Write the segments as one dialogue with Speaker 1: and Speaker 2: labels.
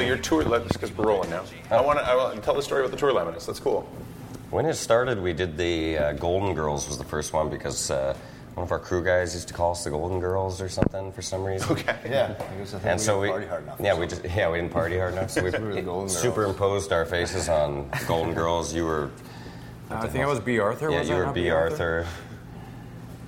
Speaker 1: your tour, let's because we're rolling now. I want to I wanna tell the story about the tour laminates. That's cool.
Speaker 2: When it started, we did the uh, Golden Girls was the first one because uh, one of our crew guys used to call us the Golden Girls or something for some reason.
Speaker 1: Okay.
Speaker 3: Yeah, I guess I think
Speaker 2: And
Speaker 3: we
Speaker 2: so
Speaker 3: didn't
Speaker 2: we,
Speaker 3: party hard enough.
Speaker 2: yeah, we just yeah we didn't party hard enough. So we
Speaker 3: were the Golden Girls.
Speaker 2: superimposed our faces on Golden Girls. You were
Speaker 4: I think I was B. Arthur.
Speaker 2: yeah
Speaker 4: was
Speaker 2: you
Speaker 4: I
Speaker 2: were
Speaker 4: not
Speaker 2: B Arthur.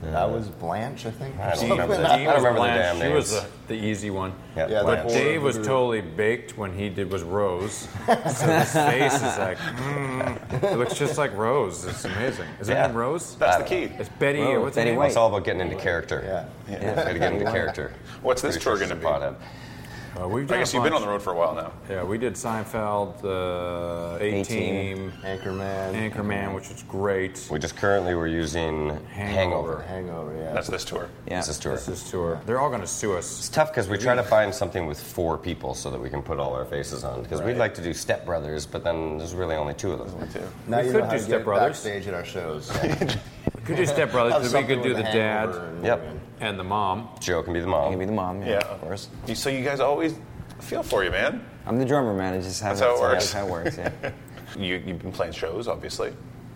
Speaker 3: I was Blanche, I think.
Speaker 2: I don't
Speaker 3: Something
Speaker 2: remember
Speaker 3: like
Speaker 2: that.
Speaker 3: that.
Speaker 2: I
Speaker 4: Dean
Speaker 2: don't
Speaker 4: was
Speaker 2: remember the
Speaker 4: Blanche.
Speaker 2: damn
Speaker 4: She was
Speaker 2: names.
Speaker 4: the, the easy one.
Speaker 2: Yeah,
Speaker 3: Yeah, the
Speaker 2: Blanche.
Speaker 3: whole-
Speaker 4: Dave was totally baked when he did was Rose. So his face is like, mm, it looks just like Rose. It's amazing. Is it
Speaker 2: Yeah.
Speaker 4: name Rose?
Speaker 1: That's the key.
Speaker 4: It's Betty.
Speaker 5: Rose,
Speaker 4: What's
Speaker 5: Betty
Speaker 4: her name?
Speaker 2: Well, it's all about getting into character.
Speaker 3: Yeah.
Speaker 2: Way to get into character.
Speaker 1: What's this
Speaker 2: Pretty
Speaker 1: tour
Speaker 2: sure she's
Speaker 1: gonna
Speaker 2: a
Speaker 1: be?
Speaker 2: pothead.
Speaker 4: Uh, we've
Speaker 1: I
Speaker 4: done
Speaker 1: guess
Speaker 4: a
Speaker 1: you've been on
Speaker 4: bunch.
Speaker 1: the road for a while now.
Speaker 4: Yeah, we did Seinfeld, uh, A
Speaker 5: 18.
Speaker 4: Team,
Speaker 3: Anchorman.
Speaker 4: Anchorman, which was great.
Speaker 2: We just currently were using Hangover.
Speaker 4: Hangover.
Speaker 3: Hangover, yeah.
Speaker 1: That's this tour.
Speaker 5: Yeah.
Speaker 2: This is tour.
Speaker 4: This is tour. They're all going to sue us.
Speaker 2: It's tough because we try to find something with four people so that we can put all our faces on. Because we'd like to do Step Brothers, but then there's really only two of them.
Speaker 3: now
Speaker 4: we
Speaker 3: you
Speaker 4: could
Speaker 3: know how
Speaker 4: do
Speaker 3: to get
Speaker 4: Step Brothers.
Speaker 3: backstage at our shows.
Speaker 4: We could do Step
Speaker 3: Have
Speaker 4: Brothers. we
Speaker 3: something
Speaker 4: could do
Speaker 3: with
Speaker 4: the
Speaker 3: a
Speaker 4: dad
Speaker 3: hangover and-
Speaker 2: Yep.
Speaker 4: and the mom.
Speaker 2: Joe can be the
Speaker 5: I can
Speaker 2: mom.
Speaker 5: be the mom. Yeah,
Speaker 1: Yeah,
Speaker 5: of course.
Speaker 1: You- So you guys always feel for you, man.
Speaker 5: I'm the drummer, man. It's just how
Speaker 1: That's how it works.
Speaker 5: That's how it works. Yeah.
Speaker 1: You, you've been playing shows, obviously,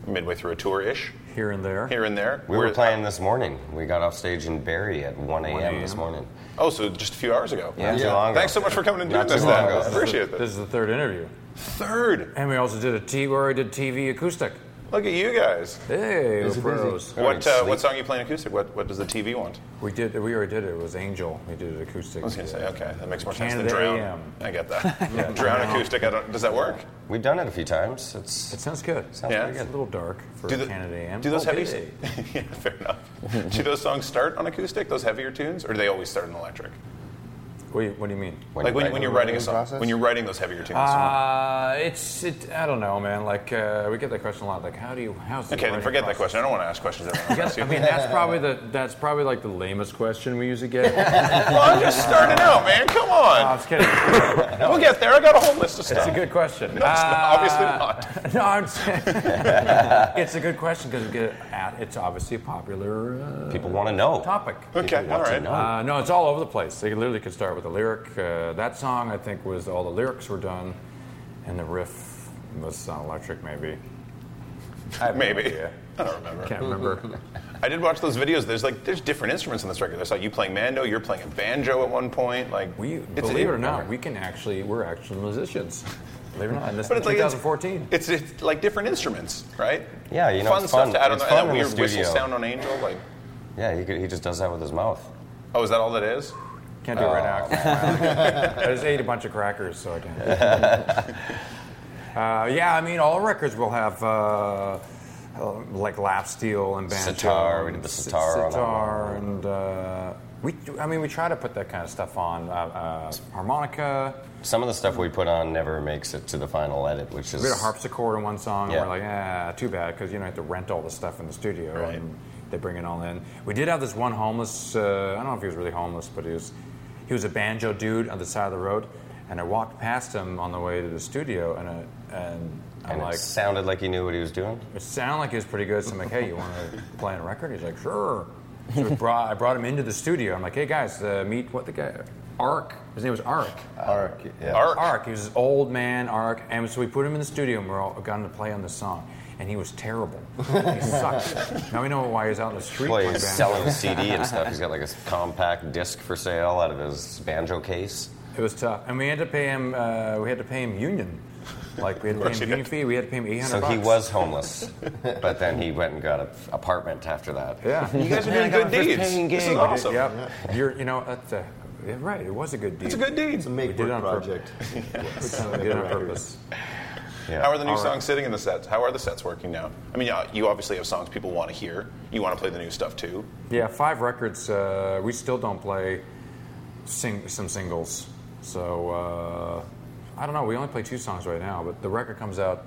Speaker 1: midway through a tour ish,
Speaker 4: Here and there.
Speaker 1: here and there.
Speaker 2: We were playing this morning. We got off stage in Barrie at 1
Speaker 4: a.m.
Speaker 2: a.m. this morning.
Speaker 1: Oh, so just a few hours ago.
Speaker 5: Yeah.
Speaker 2: Not too
Speaker 3: Yeah.
Speaker 2: long ago.
Speaker 1: Thanks so much for coming and doing
Speaker 2: Not
Speaker 1: this.
Speaker 2: too long
Speaker 1: Then
Speaker 2: ago.
Speaker 1: appreciate
Speaker 4: This
Speaker 1: this.
Speaker 4: is the third interview.
Speaker 1: Third,
Speaker 4: And we also did a T where I did TV acoustic.
Speaker 1: look at you guys.
Speaker 4: Hey, we're
Speaker 3: it
Speaker 4: pros.
Speaker 1: What uh, what song are you playing acoustic? What what does the TV want?
Speaker 4: We did. We already did it. It was Angel. We did it acoustic.
Speaker 1: I was gonna say okay, that makes more sense than
Speaker 4: Canada
Speaker 1: drown.
Speaker 4: AM.
Speaker 1: I get that. Drown acoustic. I don't, does that work?
Speaker 2: We've done it a few times. It's,
Speaker 4: It sounds good.
Speaker 2: sounds
Speaker 1: Yeah.
Speaker 2: pretty
Speaker 4: It's a
Speaker 2: good.
Speaker 4: little dark for
Speaker 1: the-
Speaker 4: Canada AM.
Speaker 1: Do those
Speaker 4: Oh,
Speaker 1: heavy?
Speaker 4: hey.
Speaker 1: yeah, fair enough. do those songs start on acoustic? Those heavier tunes, or do they always start in electric?
Speaker 4: What do you, what do you mean?
Speaker 1: like when, you- when you're writing a
Speaker 3: writing
Speaker 1: song,
Speaker 3: process?
Speaker 1: when you're writing those heavier tunes.
Speaker 4: Uh, it's it. I don't know, man. Like uh, we get that question a lot. Like, how do you? How's the
Speaker 1: okay, then
Speaker 4: writing
Speaker 1: forget that
Speaker 4: process?
Speaker 1: question. I don't want to ask questions. Everyone else.
Speaker 4: I mean, that's probably the that's probably like the lamest question we usually get.
Speaker 1: well, I'm just starting out, man. Come
Speaker 4: I
Speaker 1: on,
Speaker 4: was kidding.
Speaker 1: we'll get there. I got a whole list of
Speaker 4: It's
Speaker 1: stuff.
Speaker 4: a good question.
Speaker 1: No, it's not. Obviously
Speaker 4: Uh,
Speaker 1: not.
Speaker 4: No, I'm saying it's a good question because it's obviously a popular uh,
Speaker 2: People want to know.
Speaker 4: topic.
Speaker 1: Okay, all
Speaker 2: want to
Speaker 1: right.
Speaker 2: know.
Speaker 4: Uh, no, it's all over the place. They literally could start with a lyric. Uh, that song, I think, was all the lyrics were done, and the riff was on electric, maybe. I have no
Speaker 1: Maybe.
Speaker 4: idea.
Speaker 1: I don't remember.
Speaker 4: Can't remember.
Speaker 1: I did watch those videos. There's like there's different instruments in this record. I saw you playing mando. You're playing a banjo at one point. Like
Speaker 4: We
Speaker 1: it's-
Speaker 4: believe it or not, we can actually we're actually musicians. Believe it or not, and this
Speaker 1: But
Speaker 4: is
Speaker 1: it's like it's-
Speaker 4: 2014.
Speaker 1: It's, it's like different instruments, right?
Speaker 2: Yeah, you know,
Speaker 1: fun
Speaker 2: it's
Speaker 1: stuff
Speaker 2: fun.
Speaker 1: to add on
Speaker 2: It's
Speaker 1: there.
Speaker 2: fun
Speaker 1: that
Speaker 2: in the
Speaker 1: weird whistle
Speaker 2: studio.
Speaker 1: sound on Angel. Like,
Speaker 2: Yeah, he, could, he just does that with his mouth.
Speaker 1: oh, is that all that is?
Speaker 4: Can't do it right now.
Speaker 2: Oh.
Speaker 4: I just ate a bunch of crackers, so I can't. uh, yeah, I mean, all records will have uh, uh, like lap steel and banjo.
Speaker 2: Sitar, we
Speaker 4: and
Speaker 2: did the
Speaker 4: si-
Speaker 2: sitar on that
Speaker 4: sitar and uh, we. do- I mean, we try to put that kind of stuff on uh, uh, harmonica.
Speaker 2: Some of the stuff we put on never makes it to the final edit, which is
Speaker 4: We had a harpsichord in one song,
Speaker 2: Yeah.
Speaker 4: and we're like, ah, too bad, because you know, you have to rent all the stuff in the studio,
Speaker 1: Right.
Speaker 4: and they bring it all in. We did have this one homeless. Uh, I don't know if he was really homeless, but he was. He was a banjo dude on the side of the road, and I walked past him on the way to the studio, and I, and I'm
Speaker 2: and
Speaker 4: like,
Speaker 2: it sounded like he knew what he was doing.
Speaker 4: it sounded like he was pretty good. So I'm like, hey, you want to play on a record? He's like, sure. So we brought, I brought him into the studio. I'm like, hey guys, uh, meet what the guy, Ark. His name was Ark.
Speaker 2: Uh,
Speaker 3: Arc, yeah.
Speaker 1: Arc.
Speaker 4: Ark. He was this old man, Ark. And so we put him in the studio and we are all got him to play on this song. And he was terrible. He sucked. now we know why he's out in the street.
Speaker 2: Well,
Speaker 4: playing
Speaker 2: he's
Speaker 4: banjo.
Speaker 2: selling CD and stuff. He's got like a compact disc for sale out of his banjo case.
Speaker 4: It was tough. And we had to pay him, uh, we had to pay him union. Like, we had to pay
Speaker 1: course you
Speaker 4: him union
Speaker 1: did.
Speaker 4: fee. We had to pay him 800
Speaker 2: So he
Speaker 4: bucks.
Speaker 2: was homeless, but then he went and got an apartment after that.
Speaker 4: Yeah.
Speaker 1: You guys are
Speaker 2: Man, I
Speaker 1: doing
Speaker 2: got
Speaker 1: good
Speaker 2: my first
Speaker 1: deeds.
Speaker 2: paying
Speaker 1: This is
Speaker 2: gig.
Speaker 1: awesome.
Speaker 4: Yep. You're, you know, that's uh, yeah, right. It was a good deal.
Speaker 1: It's a good deed.
Speaker 3: It's a make
Speaker 4: We did it on
Speaker 3: work
Speaker 4: purpose.
Speaker 3: project.
Speaker 4: We did it on purpose.
Speaker 2: Yeah.
Speaker 1: How are the new songs sitting in the sets? How are the sets working now? I mean, yeah, you obviously have songs people want to hear. You want to play the new stuff too.
Speaker 4: Yeah, five records. Uh, we still don't play sing- some singles. So uh, I don't know. We only play two songs right now, but the record comes out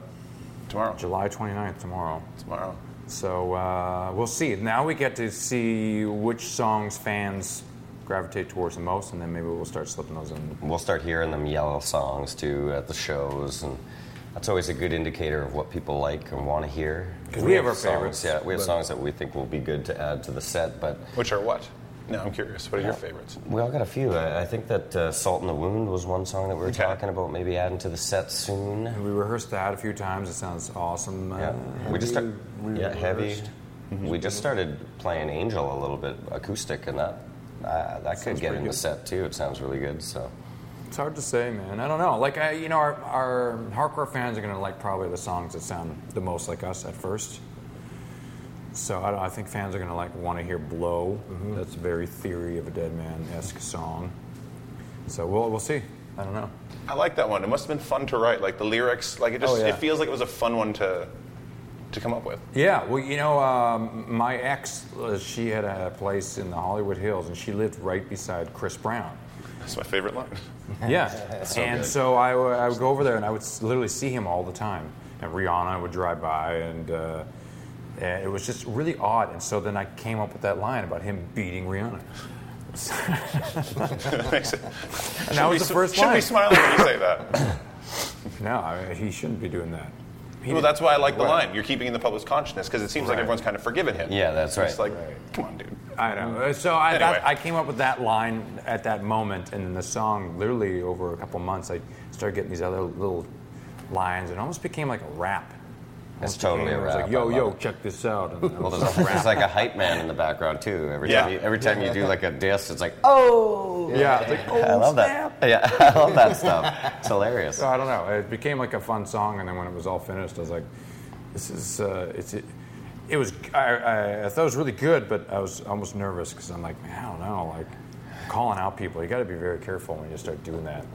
Speaker 1: Tomorrow.
Speaker 4: July 29th tomorrow.
Speaker 1: Tomorrow.
Speaker 4: So uh, we'll see. Now we get to see which songs fans gravitate towards the most, and then maybe we'll start slipping those in.
Speaker 2: We'll start hearing them yell songs too at the shows, and that's always a good indicator of what people like and want to hear.
Speaker 4: 'Cause we have our
Speaker 2: songs,
Speaker 4: favorites,
Speaker 2: Yeah, we have
Speaker 4: but-
Speaker 2: songs that we think will be good to add to the set, but
Speaker 1: Which are what? No, I'm curious. What are your favorites?
Speaker 2: We all got a few. I, I think that uh, "Salt in the Wound" was one song that we were
Speaker 1: Okay.
Speaker 2: talking about, maybe adding to the set soon.
Speaker 4: We rehearsed that a few times. It sounds awesome.
Speaker 2: Yeah,
Speaker 4: Uh,
Speaker 2: Um, we just
Speaker 3: Heavy,
Speaker 2: start,
Speaker 3: we
Speaker 2: yeah heavy. Mm-hmm.
Speaker 3: reversed.
Speaker 2: We just started playing Angel a little bit acoustic, and that uh, that could
Speaker 4: Sounds
Speaker 2: get
Speaker 4: pretty
Speaker 2: in the
Speaker 4: good.
Speaker 2: set too. It sounds really good. So
Speaker 4: It's hard to say, man. I don't know. Like, I, you know, our, our hardcore fans are gonna like probably the songs that sound the most like us at first. So I, don't- I think fans are gonna like want to hear "Blow." That's a very theory of a Dead Man esque song. So we'll we'll see. I don't know.
Speaker 1: I like that one. It must have been fun to write. Like the lyrics, like it just
Speaker 4: Oh, yeah.
Speaker 1: it feels like it was a fun one to to come up with.
Speaker 4: Yeah, well, you know, um, my ex, uh, she had a place in the Hollywood Hills, and she lived right beside Chris Brown.
Speaker 1: That's my favorite line.
Speaker 4: Yeah, and so I would- I would go over there, and I would s- literally see him all the time. And Rihanna would drive by, and uh, and it was just really odd. And so then I came up with that line about him beating Rihanna. and that was the first
Speaker 1: Should
Speaker 4: line.
Speaker 1: be smiling when you say that.
Speaker 4: No, I mean, he shouldn't be doing that. He
Speaker 1: well,
Speaker 4: did-
Speaker 1: that's why I like the
Speaker 4: Right.
Speaker 1: line. You're keeping in the public's consciousness because it seems like
Speaker 4: Right.
Speaker 1: everyone's kind of forgiven him.
Speaker 2: Yeah, that's
Speaker 1: It's
Speaker 2: right.
Speaker 1: like, come on, dude.
Speaker 4: I know. So I,
Speaker 1: Mm-hmm. Anyway.
Speaker 4: that, I came up with that line at that moment, and then the song, literally over a couple months, I started getting these other little lines, and it almost became like a rap.
Speaker 2: it's totally a
Speaker 4: It was
Speaker 2: wrap.
Speaker 4: like,
Speaker 2: I
Speaker 4: yo,
Speaker 2: love
Speaker 4: yo,
Speaker 2: it.
Speaker 4: check this out. And
Speaker 2: Well, there's, a, there's like a hype man in the background too. Every
Speaker 1: Yeah.
Speaker 2: time you, every time you do like a diss, it's like oh.
Speaker 4: yeah, it's like, oh,
Speaker 2: I love
Speaker 4: snap.
Speaker 2: that. Yeah, I love that stuff. It's hilarious.
Speaker 4: So I don't know. It became like a fun song, and then when it was all finished, I was like, this is, uh, it's, it, it was, I, I, I thought it was really good, but I was almost nervous because I'm like, man, I don't know, like calling out people, you got to be very careful when you start doing that.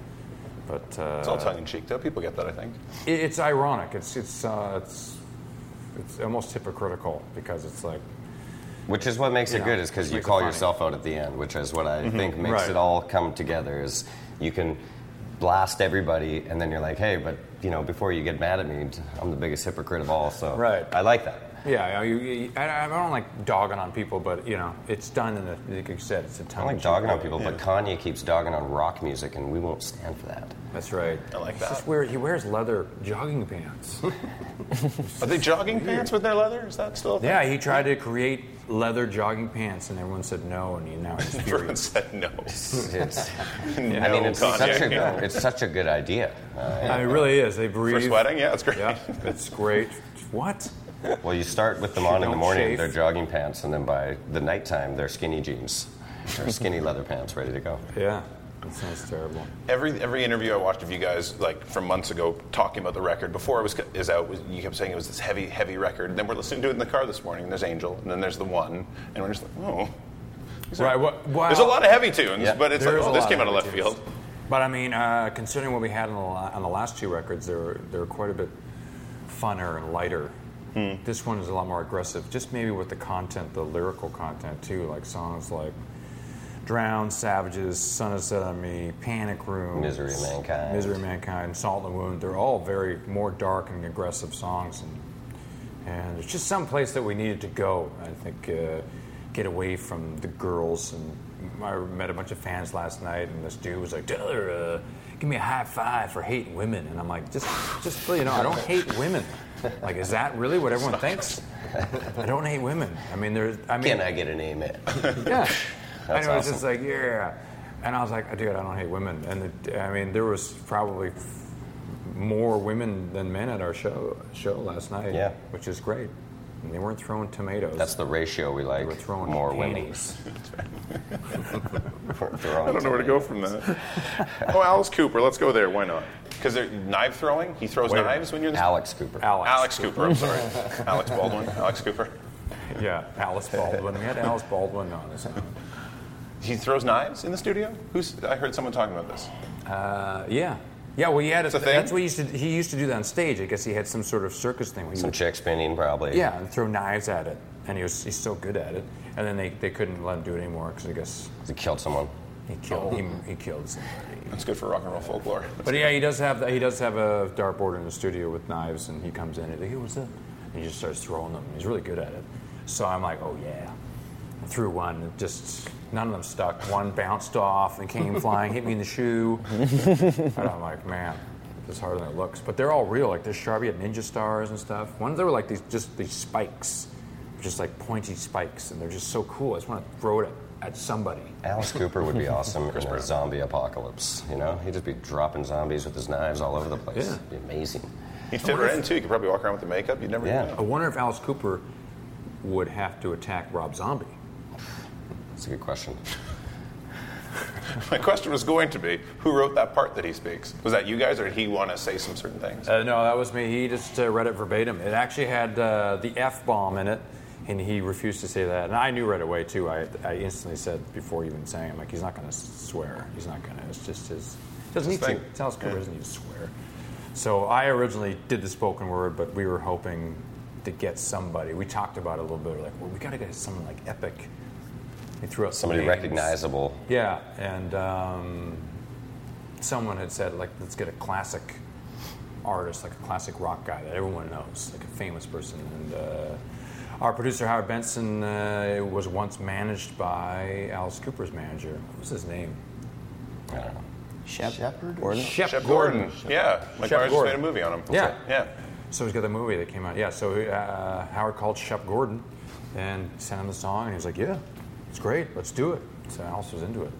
Speaker 4: But uh,
Speaker 1: It's all tongue in cheek, though. People get that, I think.
Speaker 4: It- It's ironic. It's it's uh, it's it's almost hypocritical because it's like
Speaker 2: Which is what makes it
Speaker 4: Yeah.
Speaker 2: good, is because
Speaker 4: Which
Speaker 2: you
Speaker 4: makes it
Speaker 2: call
Speaker 4: funny. Mm-hmm.
Speaker 2: yourself out at the end, which is what I think makes
Speaker 4: Right.
Speaker 2: it all come together. Is you can blast everybody, and then you're like, hey, but you know, before you get mad at me, I'm the biggest hypocrite of all. So
Speaker 4: Right.
Speaker 2: I like that.
Speaker 4: yeah. You, you, I, I don't like dogging on people, but you know it's done in a like you said, it's a
Speaker 2: I
Speaker 4: tongue.
Speaker 2: don't like dogging on people, but Kanye keeps dogging on rock music, and we won't stand for that.
Speaker 4: That's right.
Speaker 1: I like
Speaker 4: It's
Speaker 1: that.
Speaker 4: just weird. He wears leather jogging pants.
Speaker 1: Are they jogging pants with their leather? Is that still a thing?
Speaker 4: yeah, he tried to create leather jogging pants, and everyone said no, and he now he's
Speaker 1: Everyone
Speaker 4: furious.
Speaker 1: said no.
Speaker 2: It's,
Speaker 1: no,
Speaker 2: I mean, it's
Speaker 1: Kanye.
Speaker 2: such a good, it's such a good idea. Uh,
Speaker 4: I mean, it really is. They
Speaker 1: For
Speaker 4: breathe.
Speaker 1: sweating? Yeah, it's great.
Speaker 4: Yeah, it's great. What?
Speaker 2: well, you start with them on in the
Speaker 4: Don't
Speaker 2: morning,
Speaker 4: shave.
Speaker 2: they're jogging pants, and then by the nighttime, they're skinny jeans or skinny leather pants, ready to go.
Speaker 4: Yeah, that sounds terrible.
Speaker 1: Every every interview I watched of you guys, like from months ago, talking about the record before it was is out, was, you kept saying it was this heavy, heavy record. And then we're listening to it in the car this morning. And there's Angel, and then there's the one, and we're just like, oh,
Speaker 4: Right. What? Wow.
Speaker 1: there's a lot of heavy tunes,
Speaker 2: Yeah.
Speaker 1: but it's
Speaker 4: There
Speaker 1: like,
Speaker 4: is
Speaker 1: oh,
Speaker 4: a
Speaker 1: this
Speaker 4: lot
Speaker 1: came out of left
Speaker 4: images.
Speaker 1: field.
Speaker 4: But I mean, uh, considering what we had on the, la- on the last two records, they were, they were quite a bit funner and lighter.
Speaker 1: Hmm.
Speaker 4: This one is a lot more aggressive, just maybe with the content, the lyrical content too, like songs like Drown, Savages, Sun Has Set on Me, Panic Room,
Speaker 2: Misery of Mankind.
Speaker 4: Misery of Mankind, Salt in the Wound. They're all very more dark and aggressive songs. And, and it's just some place that we needed to go, I think, uh, get away from the girls. And I met a bunch of fans last night, and this dude was like, Taylor, uh, give me a high five for hating women. And I'm like, just, just so you know, I don't hate women. Like, is that really what everyone thinks? I don't hate women. I mean, there's, I mean,
Speaker 2: Can I get an amen?
Speaker 4: yeah. and it was
Speaker 2: awesome.
Speaker 4: just like, yeah. And I was like, dude, I don't hate women. And it, I mean, there was probably f- more women than men at our show show last night.
Speaker 2: Yeah.
Speaker 4: Which is great. And they weren't throwing tomatoes.
Speaker 2: That's the ratio we like.
Speaker 4: they were throwing
Speaker 2: more
Speaker 4: panties.
Speaker 2: women.
Speaker 1: I don't know where to go from that. oh, Alice Cooper, let's go there. Why not? Because they're knife throwing. He throws
Speaker 4: Wait a
Speaker 1: knives when you're in.
Speaker 2: Alex Cooper.
Speaker 4: Alex.
Speaker 1: Alex Cooper. I'm sorry, Alex Baldwin. Alex Cooper.
Speaker 4: Yeah. Alice Baldwin. We had Alice Baldwin on this.
Speaker 1: He throws knives in the studio. Who's? I heard someone talking about this.
Speaker 4: Uh, yeah. Yeah, well, he had a,
Speaker 1: It's a thing?
Speaker 4: that's what he used to. He used to do that on stage. I guess he had some sort of circus thing. Where he
Speaker 2: Some chick spinning, probably.
Speaker 4: Yeah, and throw knives at it, and he was he's so good at it. And then they, they couldn't let him do it anymore because I guess
Speaker 2: He killed someone.
Speaker 4: he killed he, he killed somebody.
Speaker 1: That's good for rock and roll folklore.
Speaker 4: But yeah, he does have that. He does have a dartboard in the studio with knives, and he comes in and he's like, "Hey, what's up?" And he just starts throwing them. He's really good at it. So I'm like, "Oh yeah." I threw one, and just none of them stuck. One bounced off and came flying, hit me in the shoe. and I'm like, "Man, this is harder than it looks." But they're all real. Like this Sharpie had ninja stars and stuff. Ones that were like these, just these spikes, just like pointy spikes, and they're just so cool. I just want to throw it at somebody.
Speaker 2: Alice Cooper would be awesome in a zombie apocalypse. You know, he'd just be dropping zombies with his knives all over the place.
Speaker 4: Yeah.
Speaker 2: It'd be amazing.
Speaker 1: You'd fit right in too. You could probably walk around with the makeup. You'd never
Speaker 2: Yeah.
Speaker 1: know.
Speaker 4: I wonder if Alice Cooper would have to attack Rob Zombie.
Speaker 2: That's a good question.
Speaker 1: My question was going to be, who wrote that part that he speaks? Was that you guys, or did he want to say some certain things?
Speaker 4: Uh, no, that was me. He just uh, read it verbatim. It actually had uh, the F bomb in it, and he refused to say that. And I knew right away, too. I, I instantly said before he even saying it, like, he's not going to swear. He's not going to. It's just his. Doesn't need
Speaker 1: thing.
Speaker 4: to. It's Alice Cooper doesn't need to swear. So I originally did the spoken word, but we were hoping to get somebody. We talked about it a little bit. We're like, well, we got to get someone like epic. We threw out some
Speaker 2: Somebody
Speaker 4: names.
Speaker 2: recognizable.
Speaker 4: Yeah, and um, someone had said, like, let's get a classic artist, like a classic rock guy that everyone knows, like a famous person. And uh, our producer, Howard Benson, uh, was once managed by Alice Cooper's manager. What was his name?
Speaker 2: I don't know.
Speaker 5: Shep.
Speaker 3: Shepherd?
Speaker 5: Gordon?
Speaker 4: Shep,
Speaker 1: Shep Gordon. Yeah. Like Shep
Speaker 4: Shep
Speaker 1: just
Speaker 4: Gordon.
Speaker 1: made a movie on him.
Speaker 4: Yeah.
Speaker 1: Yeah.
Speaker 4: So he's got the movie that came out. Yeah, so uh, Howard called Shep Gordon and sent him the song, and he was like, yeah, it's great, let's do it. So Alice was into it.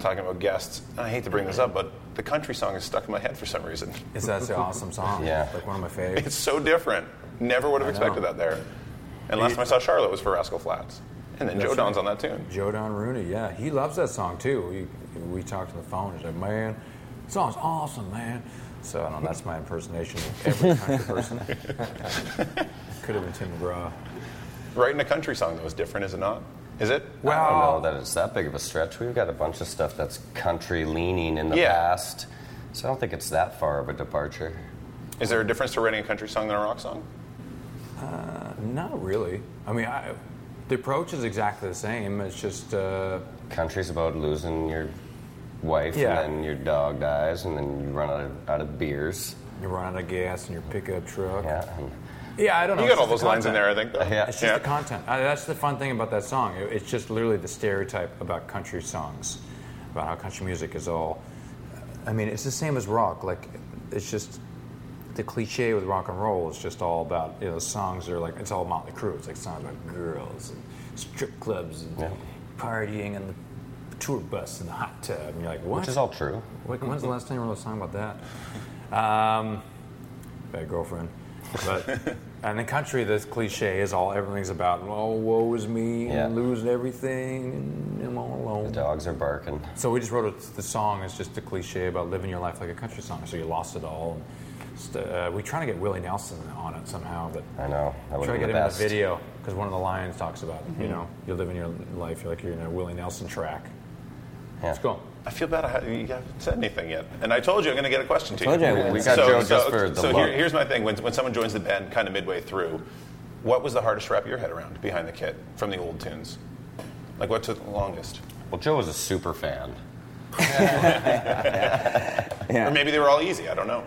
Speaker 1: Talking about guests. and I hate to bring this up, but the country song is stuck in my head for some reason.
Speaker 4: It's that's an awesome song.
Speaker 2: Yeah.
Speaker 4: Like one of my favorites.
Speaker 1: It's so different. Never would have
Speaker 4: I know.
Speaker 1: expected that there. And last time I saw Charlotte was for Rascal Flats. And then Joe
Speaker 4: That's
Speaker 1: Don's
Speaker 4: right.
Speaker 1: on that tune.
Speaker 4: Joe Don Rooney, yeah, he loves that song too. We we talked on the phone. He's like, man, the song's awesome, man. So I don't know. That's my impersonation of every country person. Could have been Tim McGraw.
Speaker 1: Writing a country song that was different, is it not? Is it?
Speaker 2: I don't
Speaker 4: Wow.
Speaker 2: know that it's that big of a stretch. We've got a bunch of stuff that's country leaning in the
Speaker 1: Yeah.
Speaker 2: past, so I don't think it's that far of a departure.
Speaker 1: Is there a difference to writing a country song than a rock song?
Speaker 4: Not really. I mean, I, the approach is exactly the same. It's just uh,
Speaker 2: Country's about losing your wife,
Speaker 4: Yeah.
Speaker 2: and then your dog dies, and then you run out of, out of beers.
Speaker 4: you run out of gas in your pickup truck. Yeah,
Speaker 2: Yeah, and
Speaker 4: I don't know.
Speaker 1: You
Speaker 4: It's
Speaker 1: got all those
Speaker 4: just the
Speaker 1: lines in
Speaker 4: content.
Speaker 1: there, I think. Though.
Speaker 2: Yeah.
Speaker 4: It's just the content. Uh, that's the fun thing about that song. It- it's just literally the stereotype about country songs, about how country music is all. I mean, it's the same as rock. Like, it's just the cliche with rock and roll is just all about you know songs are like it's all Motley Crue. It's like songs about girls and strip clubs and partying and the tour bus and the hot tub. And you're like, what?
Speaker 2: which is all true.
Speaker 4: Like, when's the last time you wrote a song about that? Um, bad girlfriend. But and the country, this cliche is all everything's about. Oh, woe is me,
Speaker 2: Yeah.
Speaker 4: and losing everything, and I'm all
Speaker 2: The
Speaker 4: alone.
Speaker 2: dogs are barking.
Speaker 4: So we just wrote a, the song. It's just a cliche about living your life like a country song. So you lost it all. And just, uh, we're trying to get Willie Nelson on it somehow, but
Speaker 2: I know. That would
Speaker 4: try
Speaker 2: have been the
Speaker 4: to get him in the Mm-hmm.
Speaker 2: best.
Speaker 4: video because one of the lions talks about you know you're living your life. You're like you're in a Willie Nelson track.
Speaker 2: Yeah.
Speaker 4: Let's go.
Speaker 1: I feel bad I ha- you haven't said anything yet. And I told you I'm going to get a question to
Speaker 5: told
Speaker 1: you.
Speaker 5: you I would. We
Speaker 2: got Joe just for the
Speaker 1: So here-
Speaker 2: love.
Speaker 1: here's my thing. When, when someone joins the band kind of midway through, what was the hardest to wrap your head around behind the kit from the old tunes? Like, what took the longest?
Speaker 2: Well, Joe was a super fan.
Speaker 1: Or maybe they were all easy. I don't know.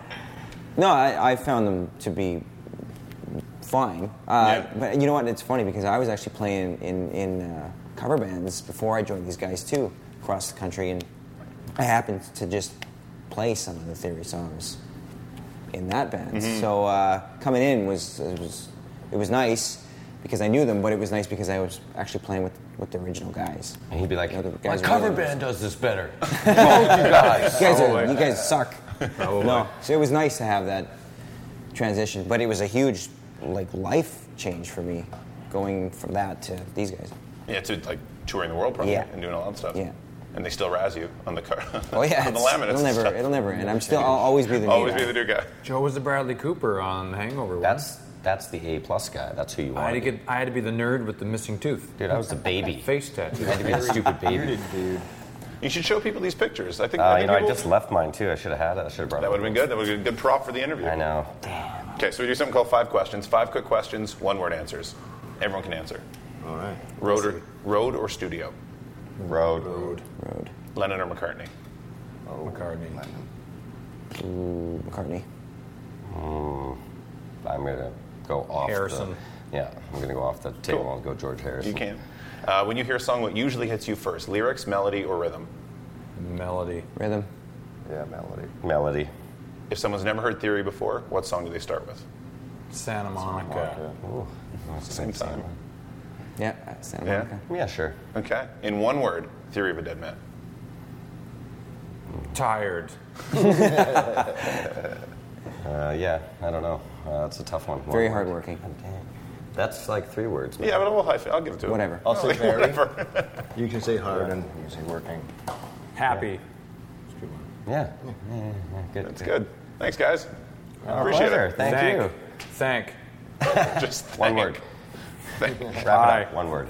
Speaker 5: No, I, I found them to be fine. Uh,
Speaker 1: Yeah.
Speaker 5: But you know what? It's funny because I was actually playing in, in uh, cover bands before I joined these guys too, across the country, and I happened to just play some of the Theory songs in that band.
Speaker 1: Mm-hmm.
Speaker 5: So uh, coming in was it was it was nice because I knew them, but it was nice because I was actually playing with with the original guys.
Speaker 2: And he'd be like,
Speaker 5: You know, the
Speaker 2: my
Speaker 5: guys are
Speaker 2: cover
Speaker 5: really-
Speaker 2: band does this better. Both you guys.
Speaker 5: You guys, are, you guys suck.
Speaker 4: Probably.
Speaker 5: No, so it was nice to have that transition, but it was a huge like life change for me, going from that to these guys.
Speaker 1: Yeah, to like touring the world probably
Speaker 5: Yeah.
Speaker 1: and doing all that stuff.
Speaker 5: Yeah.
Speaker 1: And they still razz you on the car.
Speaker 5: Oh yeah,
Speaker 1: on the
Speaker 5: it's-
Speaker 1: laminates.
Speaker 5: it'll
Speaker 1: and
Speaker 5: never,
Speaker 1: stuff.
Speaker 5: it'll never end. I'm still, I'll always be the new
Speaker 1: Always
Speaker 5: guy.
Speaker 1: be the new guy.
Speaker 4: Joe was the Bradley Cooper on Hangover. wasn't he?
Speaker 2: That's that's the A plus guy. That's who you
Speaker 4: I
Speaker 2: want.
Speaker 4: had to get. I had to be the nerd with the missing tooth.
Speaker 2: Dude, I was the baby.
Speaker 4: Face tattoo.
Speaker 2: I had to be the stupid baby.
Speaker 3: Dude.
Speaker 1: You should show people these pictures. I think, I
Speaker 2: Uh,
Speaker 1: think
Speaker 2: you know, I
Speaker 1: people-
Speaker 2: just left mine too. I should have had it. I should have brought
Speaker 1: that
Speaker 2: it.
Speaker 1: would have been good. That would have been a good prop for the interview.
Speaker 2: I know.
Speaker 1: Okay, so we do something called five questions. Five quick questions, one word answers. Everyone can answer.
Speaker 3: All right.
Speaker 1: Road or, road or studio?
Speaker 2: Road.
Speaker 5: road.
Speaker 1: Lennon or McCartney?
Speaker 4: McCartney.
Speaker 5: Ooh, McCartney.
Speaker 2: I'm gonna go off.
Speaker 4: Harrison.
Speaker 2: The, yeah, I'm gonna go off the table
Speaker 1: Cool.
Speaker 2: and go George Harrison.
Speaker 1: You can. Uh, when you hear a song, what usually hits you first? Lyrics, melody, or rhythm?
Speaker 4: Melody.
Speaker 5: Rhythm.
Speaker 3: Yeah, Melody.
Speaker 2: Melody.
Speaker 1: If someone's never heard Theory before, what song do they start with?
Speaker 4: Santa Monica.
Speaker 2: Ooh, that's
Speaker 1: Same
Speaker 2: the
Speaker 1: time.
Speaker 5: Yeah, Santa
Speaker 1: Yeah.
Speaker 5: Monica.
Speaker 2: Yeah, sure.
Speaker 1: Okay. In one word, Theory of a Dead Man.
Speaker 4: Tired.
Speaker 2: Uh, yeah, I don't know. Uh, it's a tough one.
Speaker 5: Very
Speaker 2: One word.
Speaker 5: hardworking.
Speaker 2: Oh, Dang. That's like three words. man.
Speaker 1: Yeah, but we'll high five. I'll give it to him.
Speaker 5: Whatever.
Speaker 2: I'll say very.
Speaker 1: Whatever.
Speaker 3: You can say hard and you can say working.
Speaker 4: Happy.
Speaker 2: Yeah. yeah. yeah, yeah, Good.
Speaker 1: That's good. Thanks, guys.
Speaker 2: Our
Speaker 1: Appreciate
Speaker 2: pleasure.
Speaker 1: it.
Speaker 2: Thank,
Speaker 4: Thank.
Speaker 2: you.
Speaker 4: Thank.
Speaker 1: Just
Speaker 2: One
Speaker 1: thank.
Speaker 2: word.
Speaker 1: Thank.
Speaker 2: Wrap it
Speaker 4: Bye.
Speaker 2: up. One word.